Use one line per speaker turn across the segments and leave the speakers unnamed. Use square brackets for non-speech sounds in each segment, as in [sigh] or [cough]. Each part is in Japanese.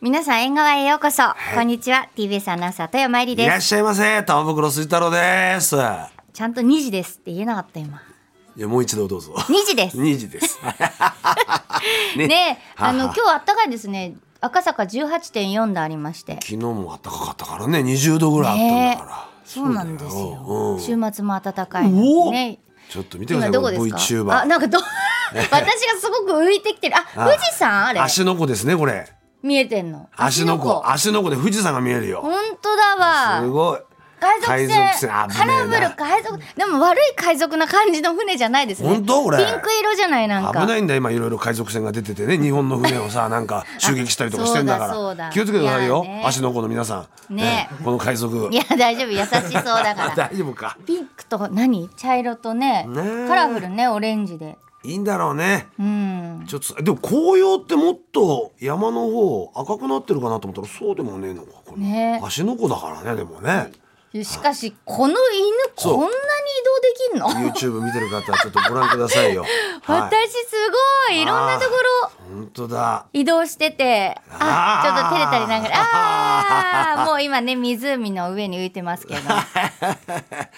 皆さん縁側へようこそ、こんにちは TBS アナウンサー豊前里
いら
で
っ
す
しゃいませ玉袋すい太郎ですい
ちゃんと2時ですって言えなかった今
やもう一度どうぞ [laughs]
2時ですね
2時です
[laughs]
ねは
あ
あ
の
はあ
今日あったかいですね赤坂18.4度ありまして
昨日も暖かかったからね20度ぐらいあったんだから、
そうなんです
そうだ
よ
うん
週末も暖かいなんですね
ちょっと見てくださ
今
い
どこ
こ
で
れ
すか
VTuber
あなんかど
[laughs]
私がすごく浮いてきてるあ富士山あれ
足の子ですねこれ
見えてんの
足の子
本
足の子で富士山が見えるよ
当だわ
すごい
海賊船
海賊
カ
船
ラ
危
フ
ねえな
ル海賊でも悪い海賊な感じの船じゃないですね
本当これ
ピンク色じゃないなんか
危ないんだよ今いろいろ海賊船が出ててね日本の船をさなん
[laughs]
か襲撃したりとかしてんだか
あそうだそうだ
ら気をつけてくださいよ
いやね
足の子の皆さん
ね
この海賊
いや大丈夫優しそうだ
[laughs]
から
大丈夫か
ピンクと何茶色とね
ねえ
カラフルねオレンジで
いいんだろうね
うん
ちょっとでも紅葉ってもっと山の方赤くなってるかなと思ったらそうでもねえのかこれ、
ね
足の子だからねでもね
しかしこの犬
そう
こんなに移動でき [laughs] ん
YouTube
の
見てる方はちょっとご覧くださいよい、
[laughs] 私すごいいろんなところ
本当だ
移動しててあ
あー
ちょっと照れたりながらあーもう今ね湖の上に浮い
[laughs]
てますけ
いや
ど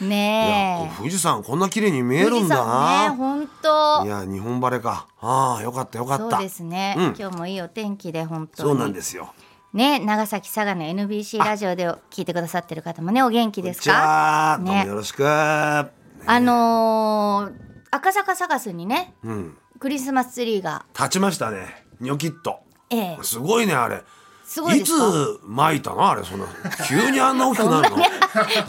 ねえ
富士山こんな綺麗に見えるんだ
富士山ね
な、
本
い
当
や日本晴れかああよかったよかった
そうですね、
うん
今日もいいお天気で本当に
そうなんですよ
ね長崎佐賀の NBC ラジオで聞いてくださってる方もねお元気です
じ
か
ゃあ、
ね
どうもよろしくね
あのー赤坂サガスにね
うん
クリスマスツリーが
立ちましたねニョキッと
ええ
すごいねあれ
すごい
い
で
つ
すか
巻いたのあれそんな急にあんな大きくなる [laughs] の
[laughs]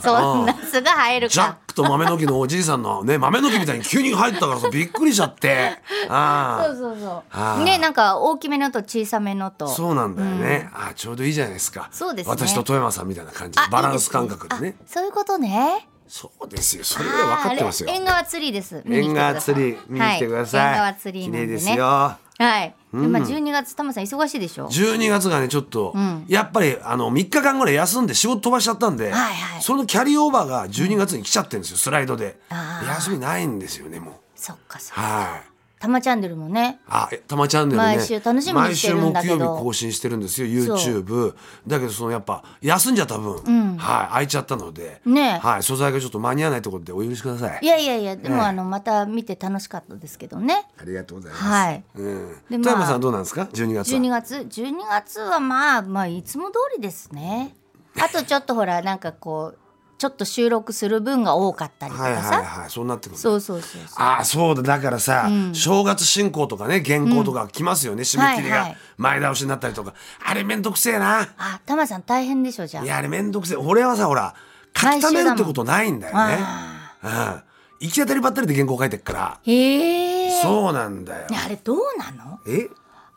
そんなすぐ生える
ジャッ
か
クと豆の木のおじいさんのね豆の木みたいに急に入ったからさびっくりしちゃって
そ
あ
うそうそ
あ
う
ー
ねなんか大きめのと小さめのと
あそうなんだよね、ああちょうどいいじゃないですか
そうですね
私と富山さんみたいな感じ
あ
バランス感覚で
いい
ね
すねあそういうことね
そうですよそれぐらい分かってますよ
あれ縁側釣りです見に来
縁
てく
側釣り見
ださい
に来てください、
はい、縁側釣りなん
綺
でね
麗ですよ
はい、でまあ12月タマさん忙しいでしょ
12月がねちょっと、
ん
やっぱりあの3日間ぐらい休んで仕事飛ばしちゃったんで、
はいはい
そのキャリーオーバーが12月に来ちゃってるんですよスライドで
あー
休みないんですよねもう
そっかそっか
はい
タマチャンネルもね
あえたまチャンネルね
毎週楽しみにしてるんだけど
毎週木曜日更新してるんですよ YouTube だけどそのやっぱ休んじゃった分、はい空いちゃったので、
ねえ
はい素材がちょっと間に合わないところでお許しください
いやいやいやでも、
ええ
あのまた見て楽しかったですけどね
ありがとうございます、
はい
うん、
で
富
まあ
山さんどうなんですか12月は
12月12月はまあまあいつも通りですねあとちょっとほらなんかこうちょっと収録する分が多かったりとか
は
さ、
いはいはいそうなってくる
そうそうそうそう
ああそうだだからさ、正月進行とかね原稿とか来ますよね、締め切り
はいは
が
い
前倒しになったりとか、あれめんどくせえな
あタマさん大変でしょじゃあ
いやあれめんどくせえ俺はさほら書き溜めるってことないんだよね
あ
うん行き当たりばったりで原稿書いてっから
へえ
そうなんだよ
ねあれどうなの
え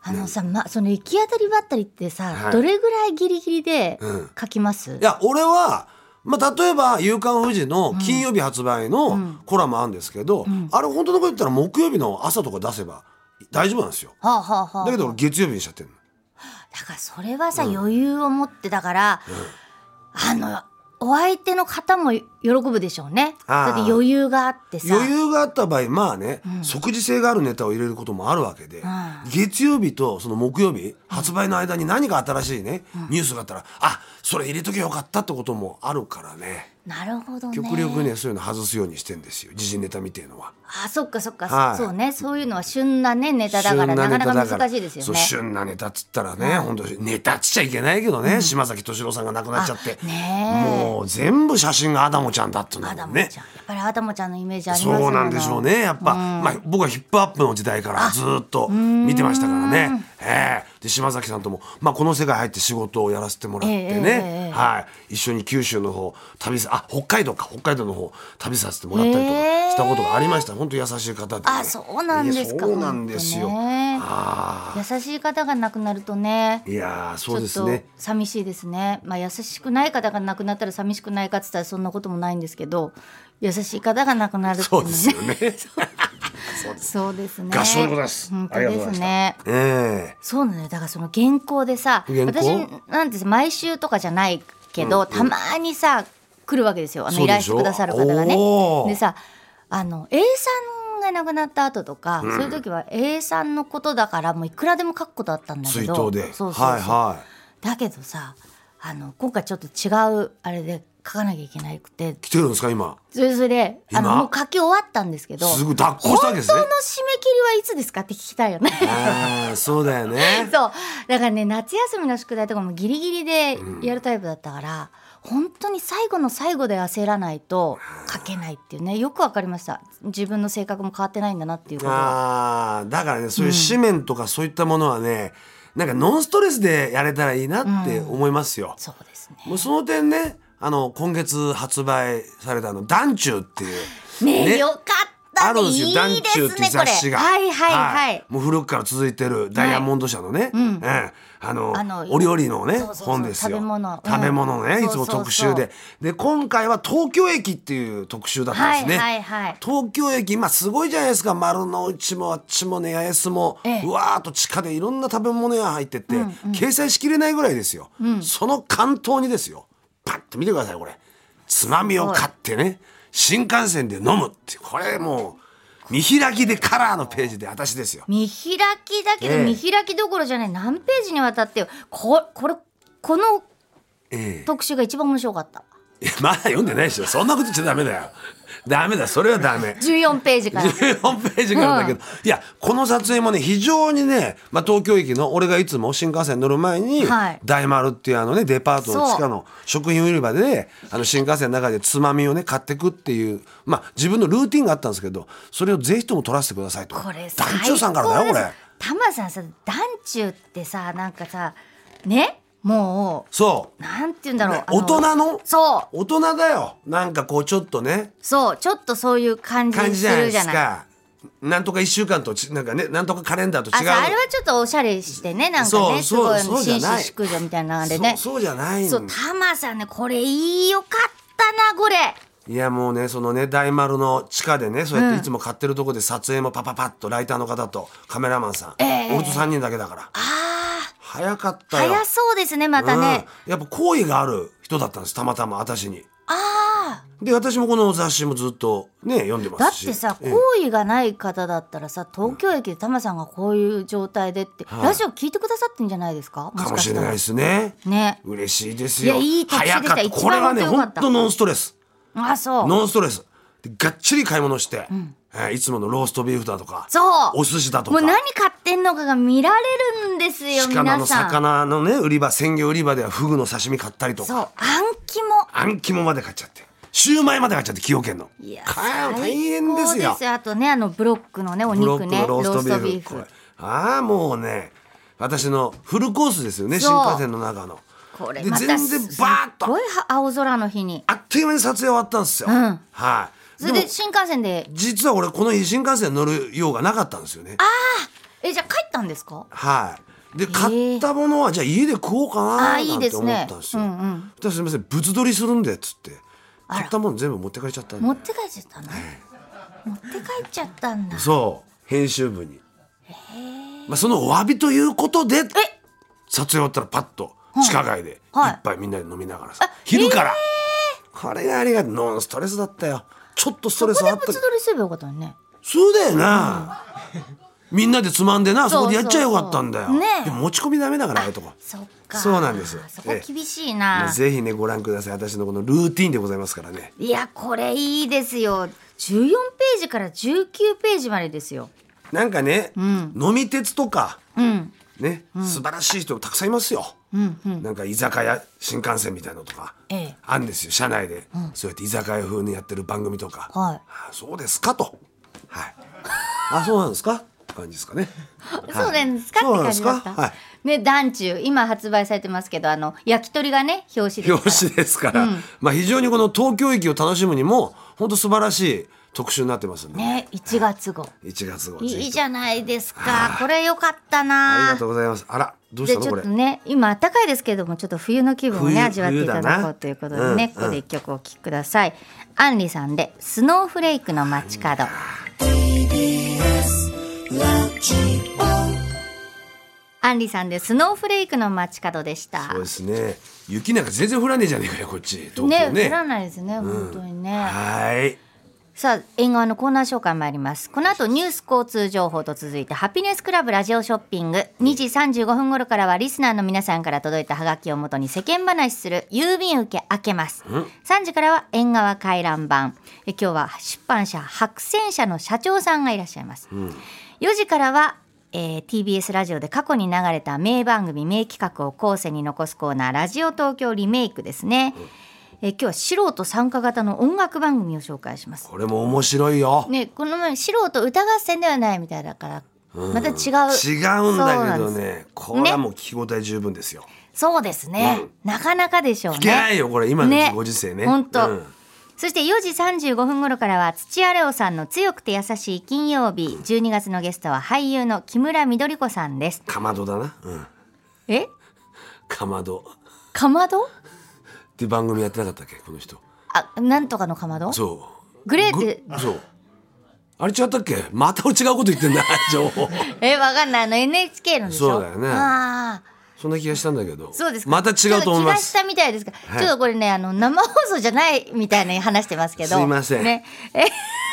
あのさ、ま、その行き当たりばったりってさ、
はい
どれぐらいギリギリで
うん
書きます、
いや俺はまあ、例えば「夕刊フジ」の金曜日発売のコラムあるんですけど、あれ本当のこと言ったら木曜日の朝とか出せば大丈夫なんですよ
はあはあはあ
だけど俺月曜日にしちゃってるの
だからそれはさ、余裕を持ってだから、あのお相手の方も喜ぶでしょうね
あ
だ
ー
って余裕があってさ
余裕があった場合まあね、即時性があるネタを入れることもあるわけで、
ん
月曜日とその木曜日発売の間に何か新しいね、ニュースがあったらあそれ入れときゃよかったってこともあるからね
なるほどね
極力ねそういうの外すようにしてんですよ時事ネタみてえのは。
あそっかそっか、
はい
そうねそういうのは旬なねネタだからなかなか難しいですよ
そう
ね
旬なネタっつったらね、本当にネタっつっちゃいけないけどね、島崎敏郎さんが亡くなっちゃって、
あねえ
もう全部写真がアダモちゃんだっていうの
ア
も
ダモちゃん、
ね
やっぱりアダモちゃんのイメージありますよね
そうなんでしょうねやっぱ、まあ、僕はヒップアップの時代からずっと見てましたからね、ええで島崎さんとも、まあ、この世界入って仕事をやらせてもらって
ええええええ
ね、はい、一緒に九州の方旅さあ北海道か北海道の方旅させてもらったりとか
ええ
したことがありました、本当優しい方で、ね、
あそうなんですか
いやそうなんですよ、
本当ね
あ
優しい方が亡くなるとね
あいやー
ち
そう
ょ
で
っ
す
と
ね
寂しいですねまあ優しくない方が亡くなったら寂しくないかって言ったらそんなこともないんですけど優しい方が亡くなるってい
そうう
の
で
は
す
ね
よね
そうですね
合唱のことです
本当
ありがとう
で
ございますした
ね
え [laughs] え
そうなのよだからその原稿でさ
原稿
私なんてさ毎週とかじゃないけど、たまにさ来るわけですよあの
そ
依
う
頼
でし
し
てょ
くださる方がね
お。ー
でさあの A さんが亡くなった後とか、そういう時は A さんのことだからもういくらでも書くことあったんだけ
追
ど
悼で
そうそうそう
はいは
だけどさあの今回ちょっと違うあれで書かなきゃいけなくて
来てるんですか今
それそれあの
今
もう書き終わったんですけど
す
本
ぐ脱行したわけです
当
ね
の締め切りはいつですかって聞きたいよね。
ああそうだよね
[laughs] そうだからね夏休みの宿題とかもギリギリでやるタイプだったから、本当に最後の最後で焦らないと書けないっていうねよくわかりました自分の性格も変わってないんだなっていうことが
あーだからねそういう紙面とかそういったものはね、なんかノンストレスでやれたらいいなって思いますよ、
そうですね
もうその点ねあの今月発売されたあの「ダンチュー」っていう
ねよかった
ある
ね
んです
い
よ
い
ダン
で
チューっ
す
ていう
ねこ
雑
れ
誌が
はいはいはい、
もう古くから続いてるダイヤモンド社のね、ええあの
あの
お料理のね
そうそうそう
本ですよ
食べ物うん
食べ物ねいつ
そ
も
うそうそう
特集でで今回は東京駅っていう特集だったんですね、
はいはいはい
東京駅今すごいじゃないですか丸の内もあっちもね八重洲も、
ええ
うわーっと地下でいろんな食べ物屋入ってって、掲載しきれないぐらいですよ、その関東にですよパッと見てくださいこれつまみを買ってね新幹線で飲むっていうこれもう見開きでカラーのページで私ですよ
見開きだけど
ええ
見開きどころじゃない何ページにわたってよここれこの
え
特集が一番面白かった
え、いやまだ読んでないでしょそんなこと言っちゃダメだよダメだそれはダメ
14ペー
[laughs]
ジから
14ページからだけど、いやこの撮影もね非常にね、まあ、東京駅の俺がいつも新幹線乗る前に、
はい
大丸っていうあのねデパートの地下の食品売り場で、ね、あの新幹線の中でつまみをね買ってくっていう、まあ、自分のルーティンがあったんですけどそれをぜひとも撮らせてくださいと
これ
団長さんからだよこれ。
タマさんさ団中ってさなんかさねも
そう
うなんて言うんだろう、
ね
あの
大人の
そう
大人だよなんかこうちょっとね
そうちょっとそういう感じす
感
る
じ
じ
じゃない
ゃ
です
ない
か。なんとか1週間とちなんかねなんとかカレンダーと
あ
違う
そうあれはちょっとおしゃれしてねなんかねす
そ
ご
う
い
そうそうじゃ
紳
ない
士淑女みたいなあれね
そうそうじゃないん
そうタマさんねこれいいよかったなこれ
いやもうねそのね大丸の地下でねそうやっていつも買ってるとこで撮影もパパパッとライターの方とカメラマンさん、
ええ
俺と3人だけだから
あ
早かっ
ー
たよ
早そうですねまたね、
うん、やっぱ好意がある人だったんですたまたま私に
あー
で私もこの雑誌もずっとね読んでま
だっ
すして
さ
ええ
好意がない方だったらさ東京駅でタマさんがこういう状態でって、
はい
ラジオ聞いてくださってんじゃないですか
かもしれないですすね
ね
嬉しいですよ
いやいい特集でし
早
た
かった
一番
これはね
本当良か
本
った
当ノンストレス
あそう
ノンストレスでがっちり買い物して、えーいつものローストビーフだとか
そう
お寿司だと
も
か
う何買ってんのかが見られるんですよ
鹿の
皆さん
魚のね売り場鮮魚売り場ではフグの刺身買ったりと
そ
か
う暗記も
あん肝まで買っちゃってシューマイまで買っちゃって崎陽軒の
いや
かよ大変ですよ
あとねあのブロックのねお
ブロック
肉ね
のローストビーフこ
ロ
れああもうね私のフルコースですよね
そう
新幹線の中の
これ
で
また
全然バーッ
すっご
と
い青空の日に
あっという間に撮影終わったんですよ、
ん
はい
それ
で
で
も
新幹線で
実は俺この日新幹線乗る用がなかったんですよね
えじゃあ帰ったんですか
はいで
ー
買ったものはじゃあ家で食おうかな
あーい
ないん
で
て
す
思っ
ね
たんですよ
うんうん
そしたらすみません物撮りするんでっつって買ったもの全部持って帰っちゃったんで
持って帰っちゃったの持って帰っちゃったんだ
そう編集部に、まあ、そのお詫びということで撮
え
影終わったらパッと地下街で
はい
一杯みんなで飲みながらさ、昼から、これがありがとうノンストレスだったよちょっとストレス
ここ
はあ
で
っ
物
たけ
撮
ど
りすればよかったのにね
そうだよな、みんなでつまんでなそこでやっちゃえばよかったんだよ
そうそうそうねえ
でも持ち込みダメだからああいうとこ
そっか
そうなんです
そこ
ええ
厳しいな、
ぜひねご覧ください私のこのルーティンでございますからね
いやこれいいですよ14ページから19ページまでですよ
なんかね、飲み鉄とか
うん
ね、素晴らしい人たくさんいますよ、なんか居酒屋新幹線みたいのとか、
ええ
あるんですよ車内で、そうやって居酒屋風にやってる番組とか、
はい
あそうですかとはい [laughs] あそうなんですかって感じですかね、はい
そうなんですかって感じだっ
そうなんで
た、
すかはい
ね団中今発売されてますけどあの焼き鳥がね表紙ですから
表紙ですから、まあ非常にこの東京駅を楽しむにも本当素晴らしい特集になってますんで、
ね1月号
1月号ぜ
いい
ひ
じゃないですかこれよかった
あり
な
がとうございますあらどうし
で
たの
ち
こ
ょっ
れ
とね今暖かいですけれどもちょっと冬の気分をね
冬
味わっていただ
冬だ
こ
な
うということでね、
うん
ここで一曲お聴きください、アンリさんで「スノーフレイクの街角」アンリさんで「スノーフレイクの街角」でした
そうですね雪なんか全然降らねえじゃねえかよこっち東京
ね
ね
降らないですね、本当にね
はい
さあ縁側のコーナー紹介参りますこの後ニュース交通情報と続いてハピネスクラブラジオショッピング2時35分頃からはリスナーの皆さんから届いたハガキをもとに世間話する郵便受け開けます3時からは縁側回覧版え今日は出版社白泉社の社長さんがいらっしゃいます、4時からはえー TBS ラジオで過去に流れた名番組名企画を後世に残すコーナー「ラジオ東京リメイク」ですね、えー今日は素人参加型の音楽番組を紹介します
これも面白いよ。
ねこの前素人歌合戦ではないみたいだから、また
違うん
違う
だけ
そうな
ど
んです
ね。これはもう聞き応え十分ですよ。
そうですね、なかなかでしょうね
いけないよこれ今のご時世ね。
本当、
うん
そして4時35分頃からは土屋レオさんの強くて優しい金曜日12月のゲストは俳優の木村みどり子さんです
かまどだな。うん。
え
かまどっ
かまど
て番組やってなかったっけこの人。
あなんとかのかまど
そう。
グレーって
ぐそう。あれ違ったっけ？また違うこと言ってんだ [laughs] 情報。
えわかんないあの NHK のでしょ
そうだよね
あー
そんな気がしたんだけど。
そうですか
また違うと思い
ちょっ
ま
気が
す
し。たみたいですが、
い
ちょっとこれねあの生放送じゃないみたいに話してますけど
すいません
ね、
かまどだと思ったんだけど
そし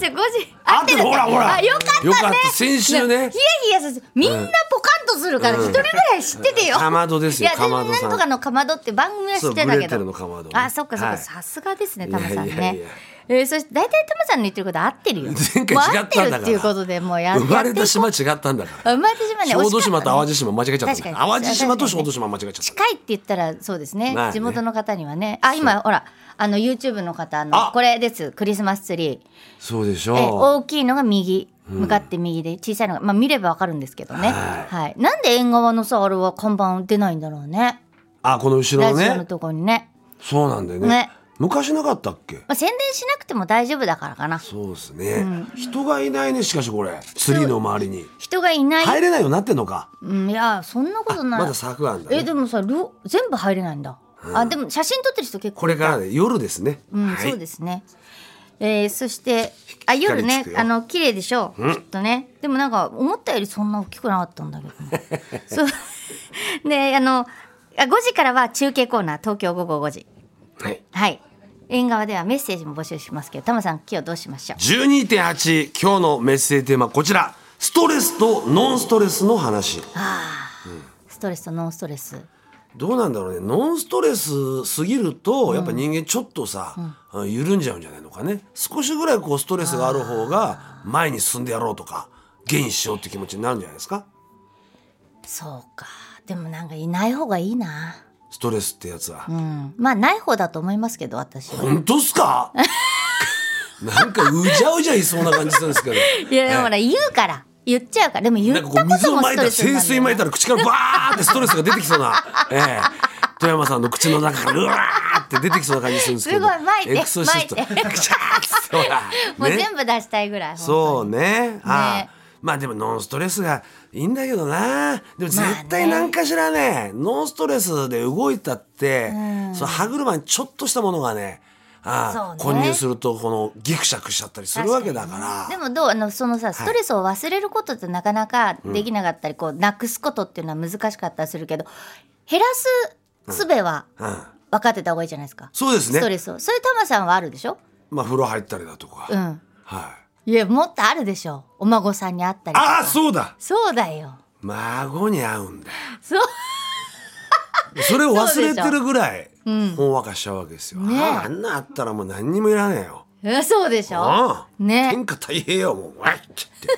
て5時
合ってるほらほら
あよかったね
よかった先週ね
ヒヤヒヤさせみんなポカンとするから一人ぐらい知っててよ、
かまどですよ
いや
かまど
私
さ
なんんとかのかまどって番組は知ってた
そうグレ
け
ーテル
ど
のかまどね
あそっかそっか、
はい
さすがですねタマさんね
いやいやいや
えーそして大体タマさんの言ってること合ってるよ
前回違ったんだから
もう合ってるっていうことでもうや
生まれた
や
島違ったんだから。
っていこう生まれた島ね
小豆島と淡
惜しかったね
路島間違えちゃったんだ
確
よ。
か
淡
に
路島と小豆島間違えちゃった。
近いって言ったらそうですね
まあね
地元の方にはねあ今ほらあの YouTube の方あの
あ
これですクリスマスツリー
そうでし
え
ょ
大きいのが右向かって右で小さいのが、まあ、見ればわかるんですけどね、
は
はい、なんで縁側のさあれは看板出ないんだろうね
う。あ、この後ろ
ラ
の
ジオの
ね。
とこにね、
そうなんだよね
ね。
昔なかったっけ。
まあ、宣伝しなくても大丈夫だからかな
そうですね。人がいないね、しかしこれ。ツリーの周りに。
人がいない、
入れないようになってんのか。
うん、いやそんなことない
まだ柵あんだ
え
ね。
でもさ両全部入れないんだ、あでも写真撮ってる人結構
これからね、夜ですね。
うん、
はい
そうですね。えー、そしてあ夜
光
ね
つくよ
あの綺麗でしょう、きっとねでもなんか思ったよりそんな大きくなかったんだけど、
[laughs]
ね、そう [laughs] であのあ5時からは中継コーナー東京午後5時
はい。
はい縁側ではメッセージも募集しますけどタマさん今日どうしましょう
12.8今日のメッセージテーマこちら。ストレスとノンストレスの話。
ストレスとノンストレス
どうなんだろうねノンストレスすぎるとやっぱ人間ちょっとさ、うん緩んじゃうんじゃないのかね少しぐらいこうストレスがある方が前に進んでやろうとかゲインしようって気持ちになるんじゃないですか
そうかでもなんかいない方がいいな
ストレスってやつは、
うんまあない方だと思いますけど私は
本当っす [laughs] かなんかうじゃうじゃいそうな感じするんですけど
いやでもほら言うから言っちゃうからでも言
な
った
ん
こ
かことう水
も
をま
ス
い
ト
た
レ
ら
スに
清
な
水ま
るんだよね
いたら口からバーってストレスが出てきそうな、 [laughs] ええ富山さんの口の中からうわーって出てきそうな感じするんですけど
すごいまいて
エクソシスト
まいて
くしゃーっつってほら
もう
ね
全部出したいぐらい。
そうね。ああ
ね
まあでもノンストレスがいいんだけどな。でも絶
まあ
対
ね
何かしらね、ノンストレスで動いたって、その歯車にちょっとしたものがね、ああ
そうね
混入するとこのギクシャクしちゃったりす
本
る
当
わ
に
けだから。
でもどうあのそのさストレスを忘れることってなかなかできなかったり、こうなくすことっていうのは難しかったりするけど減らす術は
うん、
分かってた方がいいじゃないですか、
そうですね
ストレスをそれタマさんはあるでしょ
まあ風呂入ったりだとか。
うん
はい。
いやもっとあるでしょお孫さんに会ったりと
あ
か
あそうだ。
そうだよ
孫に会うんだよ。
そう
それを忘れてるぐらい、
そうでしょうん
ほんわかしちゃうわけですよ。
ねえ
あああんなあったらもう何にもいらねえよ。
えそうでしょ
ああ
ね
天下太平洋もうわいっつって。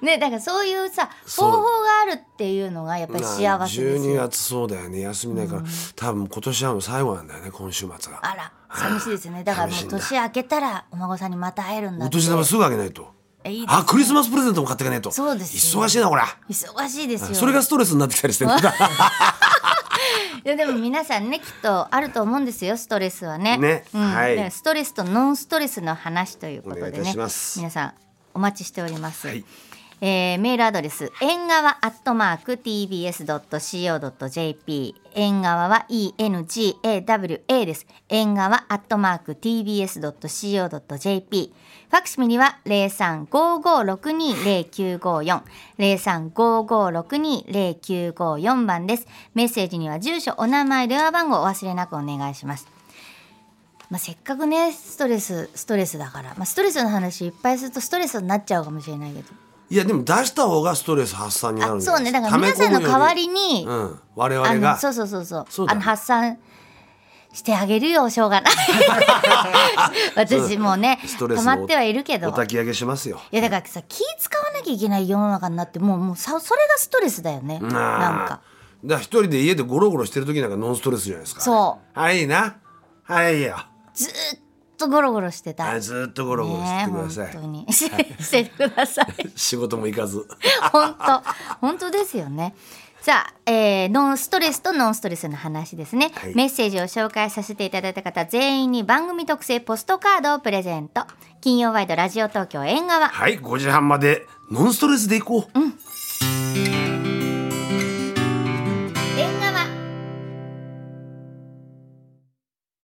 ねだからそういうさ
そう
方法があるっていうのがやっぱり幸せです
12
よ
月そうだよね休みないから、多分今年はもう最後なんだよね今週末が
あら寂しいですねだからもう
寂しい
年明けたらお孫さんにまた会えるんだ
お
って
年玉すぐあげないと
えいいですね
あクリスマスプレゼントも買っていかないと
そうですよ
忙しいなこれ
忙しいですよ
それがストレスになってきたりしてる
いやでも皆さんねきっとあると思うんですよストレスはね
ね
うん
はい
だからストレスとノンストレスの話ということ
お願
で
いいた
ね
します
皆さんお待ちしております、
はい
えーメールアドレス縁側アットマーク tbs.co.jp 縁側は engawa です縁側アットマーク tbs.co.jp ファクシミリは0355620954 0355620954番ですメッセージには住所お名前電話番号お忘れなくお願いしますまあ、せっかくねストレスストレスだから、まあ、ストレスの話いっぱいするとストレスになっちゃうかもしれないけど
[laughs] いやでも出した方がストレス発散になる
あ
ん
そうねだから皆さんの代わりに、
うん、我々
あの
が
そうそうそうそう
そうだね
あの発散してあげるよしょう
[laughs]
がない私もうね
ストレ
溜
ス
ま
の
ってはいるけど
お焚き上げしますよ
いやだからさ気使わなきゃいけない世の中になってもうもうさそれがストレスだよねなんか
だから一人で家でゴロゴロしてる時なんかノンストレスじゃないですか
そう
あれいいなあれいいよ
ずーっとゴロゴロしてた
あれずーっとゴロゴロしててください、
ねえ本当に [laughs] してください
仕事も行かず
[laughs] 本当本当ですよねさあ、えーノンストレスとノンストレスの話ですね、
はい
メッセージを紹介させていただいた方全員に番組特製ポストカードをプレゼント金曜ワイドラジオ東京縁側
はい5時半までノンストレスで行こう、